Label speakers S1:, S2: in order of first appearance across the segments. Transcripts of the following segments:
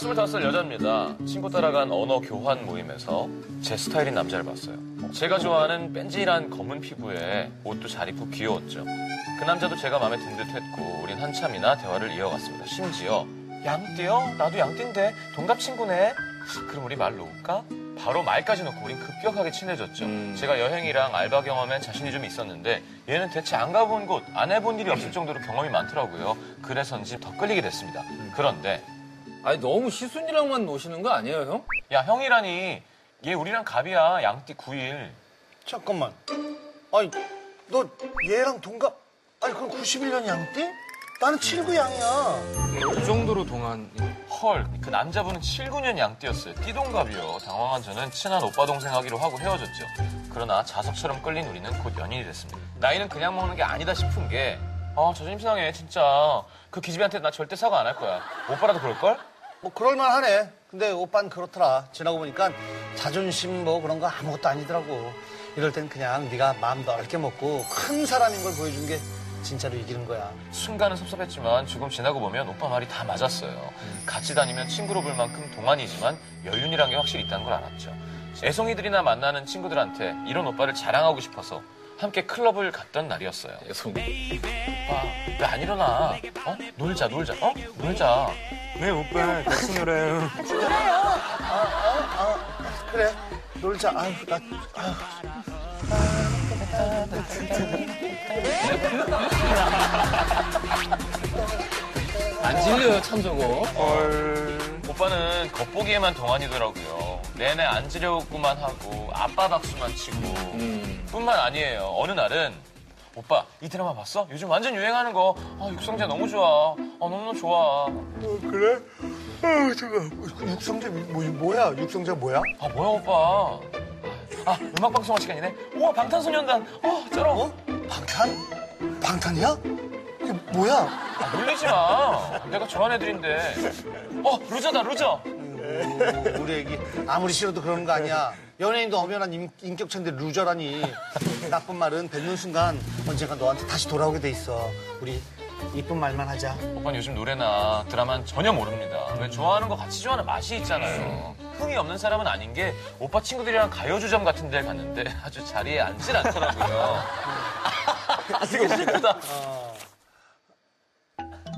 S1: 25살 여자입니다. 친구 따라간 언어 교환 모임에서 제 스타일인 남자를 봤어요. 제가 좋아하는 뺀질한 검은 피부에 옷도 잘 입고 귀여웠죠. 그 남자도 제가 마음에 든 듯 했고 우린 한참이나 대화를 이어갔습니다. 심지어 양띠요? 나도 양띠인데 동갑 친구네? 그럼 우리 말 놓을까? 바로 말까지 놓고 우린 급격하게 친해졌죠. 제가 여행이랑 알바 경험엔 자신이 좀 있었는데 얘는 대체 안 가본 곳, 안 해본 일이 없을 정도로 경험이 많더라고요. 그래서인지 더 끌리게 됐습니다. 그런데
S2: 아니 너무 시순이랑만 노시는 거 아니에요, 형?
S1: 야 형이라니 얘 우리랑 갑이야 양띠 9일
S3: 잠깐만. 아니, 너 얘랑 동갑. 아니, 그럼 91년 양띠? 나는 79 양이야.
S2: 이 정도로 동안.
S1: 헐 그 남자분은 7, 9년 양띠였어요 띠동갑이요 당황한 저는 친한 오빠 동생 하기로 하고 헤어졌죠 그러나 자석처럼 끌린 우리는 곧 연인이 됐습니다 나이는 그냥 먹는 게 아니다 싶은 게 아 저심 상해 진짜 그 기집애한테 나 절대 사과 안 할 거야 오빠라도 그럴걸?
S3: 뭐, 그럴만 하네. 근데 오빤 그렇더라. 지나고 보니까 자존심 뭐 그런 거 아무것도 아니더라고. 이럴 땐 그냥 네가 마음 넓게 먹고 큰 사람인 걸 보여준 게 진짜로 이기는 거야.
S1: 순간은 섭섭했지만 조금 지나고 보면 오빠 말이 다 맞았어요. 같이 다니면 친구로 볼 만큼 동안이지만 연륜이란 게 확실히 있다는 걸 알았죠. 애송이들이나 만나는 친구들한테 이런 오빠를 자랑하고 싶어서 함께 클럽을 갔던 날이었어요.
S2: 예송.
S1: 오빠, 왜 안 일어나? 어? 놀자, 놀자. 어? 놀자.
S4: 네 오빠 같이 놀아요
S3: 그래, 놀자. 아유, 나, 아유.
S2: 안 질려요, 참 저거.
S1: 오빠는 겉보기에만 동안이더라고요. 내내 앉으려고만 하고 아빠 박수만 치고
S3: 음.
S1: 뿐만 아니에요. 어느 날은 오빠 이 드라마 봤어? 요즘 완전 유행하는 거. 아 육성재 너무 좋아. 아 너무너무 좋아.
S3: 어, 그래? 아, 잠깐. 육성재, 뭐, 뭐야? 육성재 뭐야?
S1: 아 뭐야 오빠. 아 음악 방송할 시간이네. 우와 방탄소년단. 어 쩔어.
S3: 어? 방탄? 방탄이야? 이게 뭐야?
S1: 아, 놀리지 마. 내가 좋아하는 애들인데. 어 루저다 루저.
S3: 오, 우리 애기 아무리 싫어도 그러는 거 아니야. 연예인도 엄연한 인, 인격체인데 루저라니. 나쁜 말은 뱉는 순간 언젠가 너한테 다시 돌아오게 돼 있어. 우리 이쁜 말만 하자.
S1: 오빠는 요즘 노래나 드라마는 전혀 모릅니다. 왜 좋아하는 거 같이 좋아하는 맛이 있잖아요. 흥이 없는 사람은 아닌 게 오빠 친구들이랑 가요주점 같은 데 갔는데 아주 자리에 앉질 않더라고요. 아, 이거 슬프다.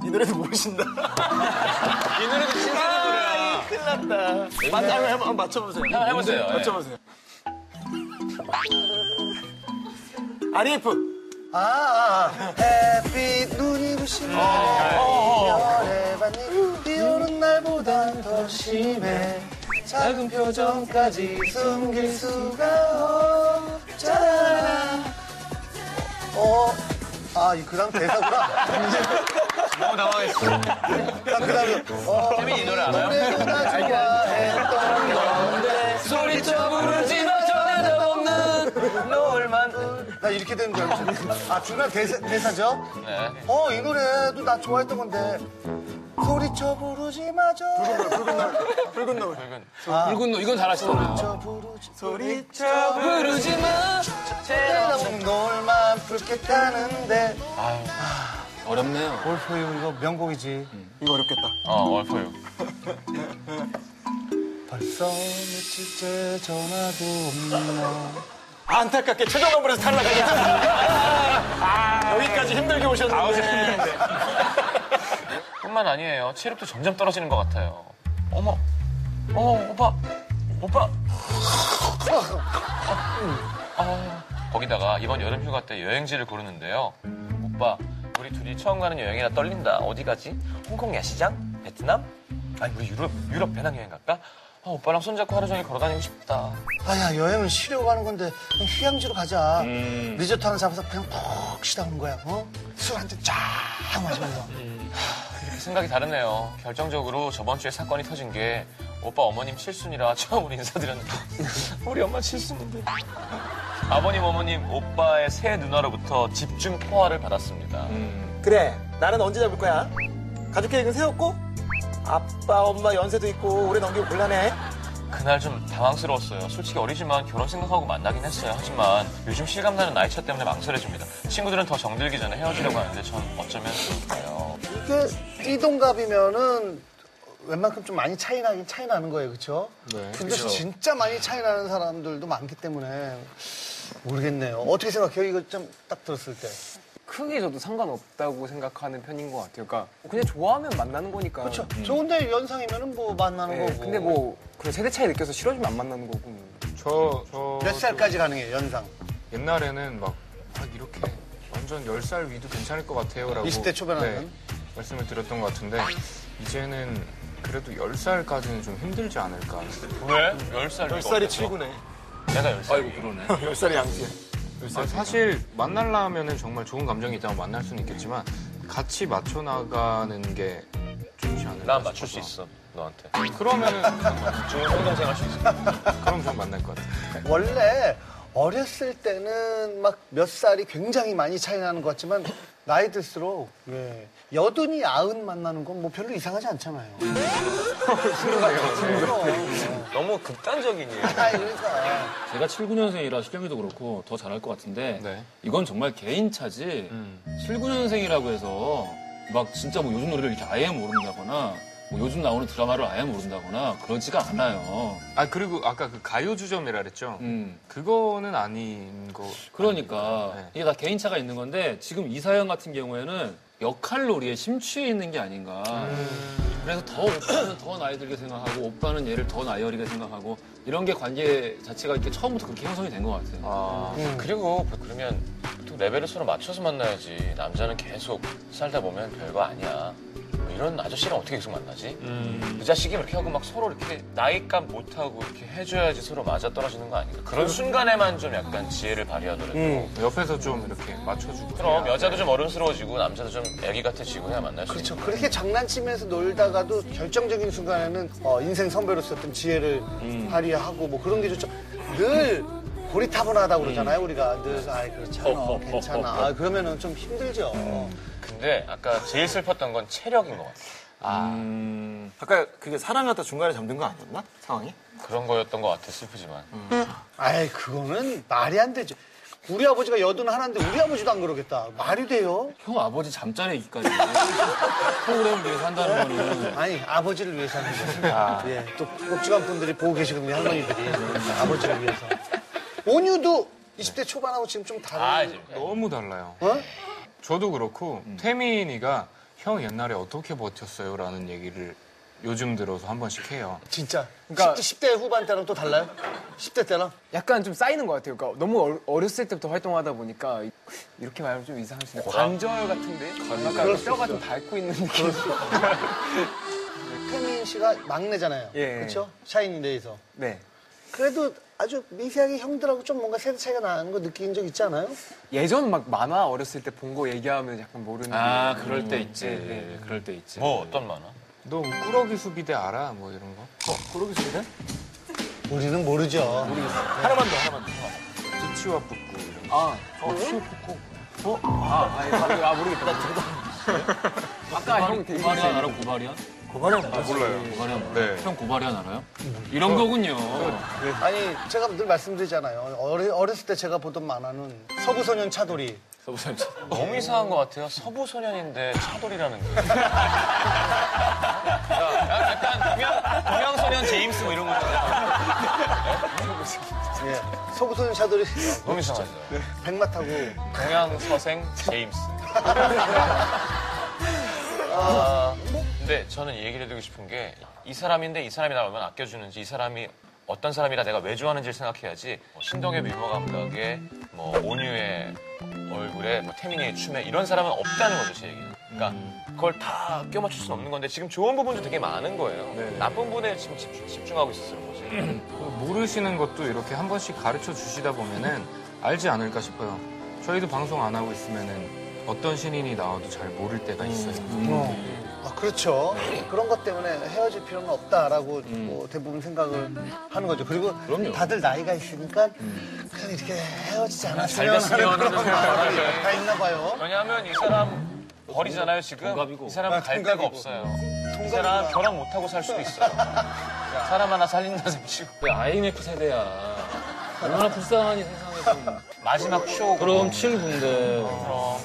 S4: 이 노래도 모르신다
S1: 이 노래도 신세대 노래야.
S4: 큰일 났다 맞, 한번, 한번 맞춰보세요
S1: 한번 해보세요. 예.
S4: 맞춰보세요 RF
S3: 아, 아, 아. 햇빛 눈이 부신
S1: 어,
S3: 별의 반이 비오는 날보단 더 심해 작은 표정까지 숨길 수가 없잖아 어? 아, 이 그다음 대사구나.
S1: 너무 당황했어.
S3: 나 그다음에 어,
S1: 태민이 이 노래 알아요?
S3: 노래보다 좋아했던 건데
S2: 소리쳐 부르지만 전에도 없는 노을만.
S3: 나 이렇게 되는 줄 알고 아 중간 대사, 대사죠?
S1: 네.
S3: 어 이 노래도 나 좋아했던 건데 소리쳐 부르지 마저
S4: 붉은 노을
S1: 그건
S2: 붉은 노 이건 잘하시더라고요.
S5: 아,
S3: 저 부르지
S4: 소리쳐
S2: 부르지만.
S3: 때는 노을만 붉겠다는데
S2: 어렵네요.
S3: 올포유 이거 명곡이지
S4: 이거 어렵겠다
S1: 어 월포유.
S3: 벌써 며칠째 전화도 없나
S4: 안타깝게 최종 건물에서 탈락하셨습니다 아, 여기까지 힘들게 오셨는데
S1: 뿐만 아니에요. 체력도 점점 떨어지는 것 같아요. 어머, 어머, 오빠, 오빠. 아, 거기다가 이번 여름 휴가 때 여행지를 고르는데요. 오빠, 우리 둘이 처음 가는 여행이라 떨린다. 어디 가지? 홍콩 야시장? 베트남? 아니, 우리 유럽, 유럽 배낭여행 갈까? 아, 오빠랑 손잡고 하루 종일 걸어다니고 싶다.
S3: 아야 여행은 쉬려고 가는 건데 그냥 휴양지로 가자
S2: 음,
S3: 리조트 하나 잡아서 그냥 푹 쉬다 오는 거야 어? 술 한 잔 쫙 마시면서
S1: 생각이 다르네요. 결정적으로 저번 주에 사건이 터진 게 오빠 어머님 칠순이라 처음으로 인사드렸는데 우리 엄마 칠순인데 아버님 어머님 오빠의 새 누나로부터 집중 포화를 받았습니다.
S4: 그래 나는 언제 잡을 거야 가족 계획은 세웠고 아빠 엄마 연세도 있고 오래 넘기고 곤란해
S1: 그날 좀 당황스러웠어요. 솔직히 어리지만 결혼 생각하고 만나긴 했어요. 하지만 요즘 실감나는 나이차 때문에 망설여집니다. 친구들은 더 정들기 전에 헤어지려고 하는데 전 어쩌면 좋을까요?
S3: 이게 이 동갑이면은 웬만큼 좀 많이 차이 나긴 차이 나는 거예요, 그렇죠? 네. 근데 진짜 많이 차이 나는 사람들도 많기 때문에 모르겠네요. 어떻게 생각해요? 이거 좀 딱 들었을 때.
S2: 크게 저도 상관없다고 생각하는 편인 것 같아요. 그러니까 그냥 좋아하면 만나는 거니까.
S3: 그렇죠. 좋은데 연상이면은 뭐 만나는
S2: 네,
S3: 거고.
S2: 근데 뭐 그 세대 차이 느껴서 싫어지면 안 만나는 거고. 뭐.
S6: 저, 저.
S3: 몇 살까지 가능해요, 연상?
S6: 옛날에는 막, 막 이렇게 완전 10살 위도 괜찮을 것 같아요. 라고 네,
S3: 20대 초반에는?
S6: 말씀을 드렸던 것 같은데, 이제는 그래도 10살까지는 좀 힘들지 않을까. 아,
S1: 왜? 10살.
S4: 10살이 칠구네.
S1: 내가 10살. 아이고, 그러네.
S4: 10살이 양지야.
S6: 아, 사실 만나려면 정말 좋은 감정이 있다면 만날 수는 있겠지만, 같이 맞춰 나가는 게 좋지 않을까.
S1: 난 맞출 수
S6: 싶어서.
S1: 있어, 너한테.
S6: 그러면은,
S1: 좋은 형동생 할 수 있어.
S6: 그럼 좀 만날 것 같아요.
S3: 원래 어렸을 때는 막 몇 살이 굉장히 많이 차이 나는 것 같지만 나이 들수록 예, 여든이 아흔 만나는 건 뭐 별로 이상하지 않잖아요. 그러니까.
S1: 너무 극단적인 얘기.
S3: 아,
S5: 제가 7, 9년생이라 실력이도 그렇고 더 잘할 것 같은데
S6: 네.
S5: 이건 정말 개인 차지
S6: 음.
S5: 7, 9년생이라고 해서 막 진짜 뭐 요즘 노래를 이렇게 아예 모른다거나 뭐 요즘 나오는 드라마를 아예 모른다거나 그러지가 않아요.
S6: 아, 그리고 아까 그 가요주점이라 그랬죠?
S5: 음.
S6: 그거는 아닌 거.
S5: 그러니까
S6: 아닙니다. 네.
S5: 이게 다 개인차가 있는 건데 지금 이사연 같은 경우에는 역할놀이에 심취해 있는 게 아닌가. 그래서 더 오빠는 더 나이 들게 생각하고 오빠는 얘를 더 나이 어리게 생각하고 이런 게 관계 자체가 이렇게 처음부터 그렇게 형성이 된 것 같아요.
S6: 아,
S1: 그리고 그러면 보통 레벨을 서로 맞춰서 만나야지 남자는 계속 살다 보면 별거 아니야 뭐 이런 아저씨랑 어떻게 계속 만나지? 그 자식이 이렇게 하고 막 서로 이렇게 나이값 못하고 이렇게 해줘야지 서로 맞아 떨어지는 거 아닌가 그런 순간에만 좀 약간 지혜를 발휘하더라도
S6: 옆에서 좀 이렇게 맞춰주고.
S1: 그럼
S6: 해야
S1: 여자도 좀 어른스러워지고 남자도 좀 애기 같아지고 해야 만날 수
S3: 그렇죠.
S1: 있는
S3: 그렇게 장난치면서 놀다가도 결정적인 순간에는 어, 인생 선배로서 어떤 지혜를 발휘하고 뭐 그런 게 좋죠. 늘 고리타분하다고 그러잖아요. 우리가 늘 아이 그렇잖아, 괜찮아. 아, 그러면은 좀 힘들죠.
S1: 근데 아까 제일 슬펐던 건 체력인 것 같아
S4: 음. 아까 그게 사랑하다 중간에 잠든 거 아니었나? 상황이?
S1: 그런 거였던 것 같아 슬프지만
S3: 아이 그거는 말이 안 되죠. 우리 아버지가 여든 하나인데 우리 아버지도 안 그러겠다. 말이 돼요?
S5: 형 아버지 잠자리 얘기까지 프로그램을 위해서 한다는 거는
S3: 아니 아버지를 위해서 하는 거죠. 예, 또 꼭지관 분들이 보고 계시거든요 할머니들이 아버지를 위해서. 온유도 20대 초반하고 지금 좀
S1: 아
S3: 다른.
S1: 이제
S6: 너무 달라요.
S3: 어?
S6: 저도 그렇고 태민이가 형 옛날에 어떻게 버텼어요라는 얘기를 요즘 들어서 한 번씩 해요.
S3: 진짜.
S2: 그러니까-
S3: 10, 대 후반 때랑 또 달라요? 10대 때랑?
S2: 약간 좀 쌓이는 것 같아요. 그러니까 너무 어려- 어렸을 때부터 활동하다 보니까 이- 이렇게 말하면 좀 이상할 수 있는데 관절 같은데 약간 뼈가 좀 닳고 있는 느낌.
S3: 태민 씨가 막내잖아요.
S2: 예.
S3: 그렇죠? 샤이닝데이에서.
S2: 네.
S3: 그래도 아주 미세하게 형들하고 좀 뭔가 세대 차이가 나는 거 느낀 적 있지 않아요?
S2: 예전 막 만화 어렸을 때 본 거 얘기하면 약간 모르는.
S5: 아
S2: 게-
S5: 그럴 때 있지 예, 그럴 때 있지
S1: 뭐 어떤 만화?
S6: 너 꾸러기 수비대 알아? 뭐 이런 거?
S4: 그러기 싫네?
S3: 우리는 모르죠.
S4: 하나만 더, 하나만 더.
S6: 찌치와 뿌꾸 이런 거.
S2: 아, 어, 슈 어? 아, 아니, 방금- 아, 모르겠다. 아까 형 되게
S5: 고발이안 알아 고발이안?
S4: 고만해.
S6: 몰라요.
S5: 아, 고발이안 몰라
S6: 네.
S5: 형 고발이안 알아요? 이런 거군요
S3: 아니 제가 늘 말씀드리잖아요. 어리, 어렸을 때 제가 보던 만화는 서구소년 차돌이.
S5: 서부사님
S1: 너무 이상한 것 같아요. 서부 소년인데 차돌이라는 거. 야, 약간 동양, 동양 소년 제임스 뭐 이런 거 있잖아.
S3: 예. 서구소년 차돌이
S1: 너무 이상하죠.
S3: 백마 타고
S1: 동양 서생 제임스. 아, 근데 저는 이 얘기를 해드리고 싶은 게 이 사람인데 이 사람이 나오면 아껴주는지 이 사람이 어떤 사람이라 내가 왜 좋아하는지를 생각해야지 뭐 신동의 미모 감각에 뭐 온유의 얼굴에 뭐 태민이의 춤에 이런 사람은 없다는 거죠 제 얘기는 그러니까 그걸 다 껴맞출 수는 없는 건데 지금 좋은 부분도 되게 많은 거예요 나쁜 부분에 지금 집중, 집중하고 있었던 거지
S6: 어, 모르시는 것도 이렇게 한 번씩 가르쳐 주시다 보면은 알지 않을까 싶어요. 저희도 방송 안 하고 있으면은 어떤 신인이 나와도 잘 모를 때가 있어요.
S3: 아, 그렇죠. 그런 것 때문에 헤어질 필요는 없다라고 뭐 대부분 생각을 하는 거죠. 그리고 다들 나이가 있으니까 그냥 이렇게 헤어지지 않았으면 아, 하는 그런 마음이 다 있나 봐요.
S1: 왜냐하면 이 사람 버리잖아요 지금
S5: 동갑이고.
S1: 이 사람 갈 데가 없어요 이 사람 결혼 못하고 살 수도 있어요 사람 하나 살린다 생치고
S5: IMF 세대야 얼마나 불쌍하니 세상에 좀
S1: 마지막 쇼
S5: 그럼 7군데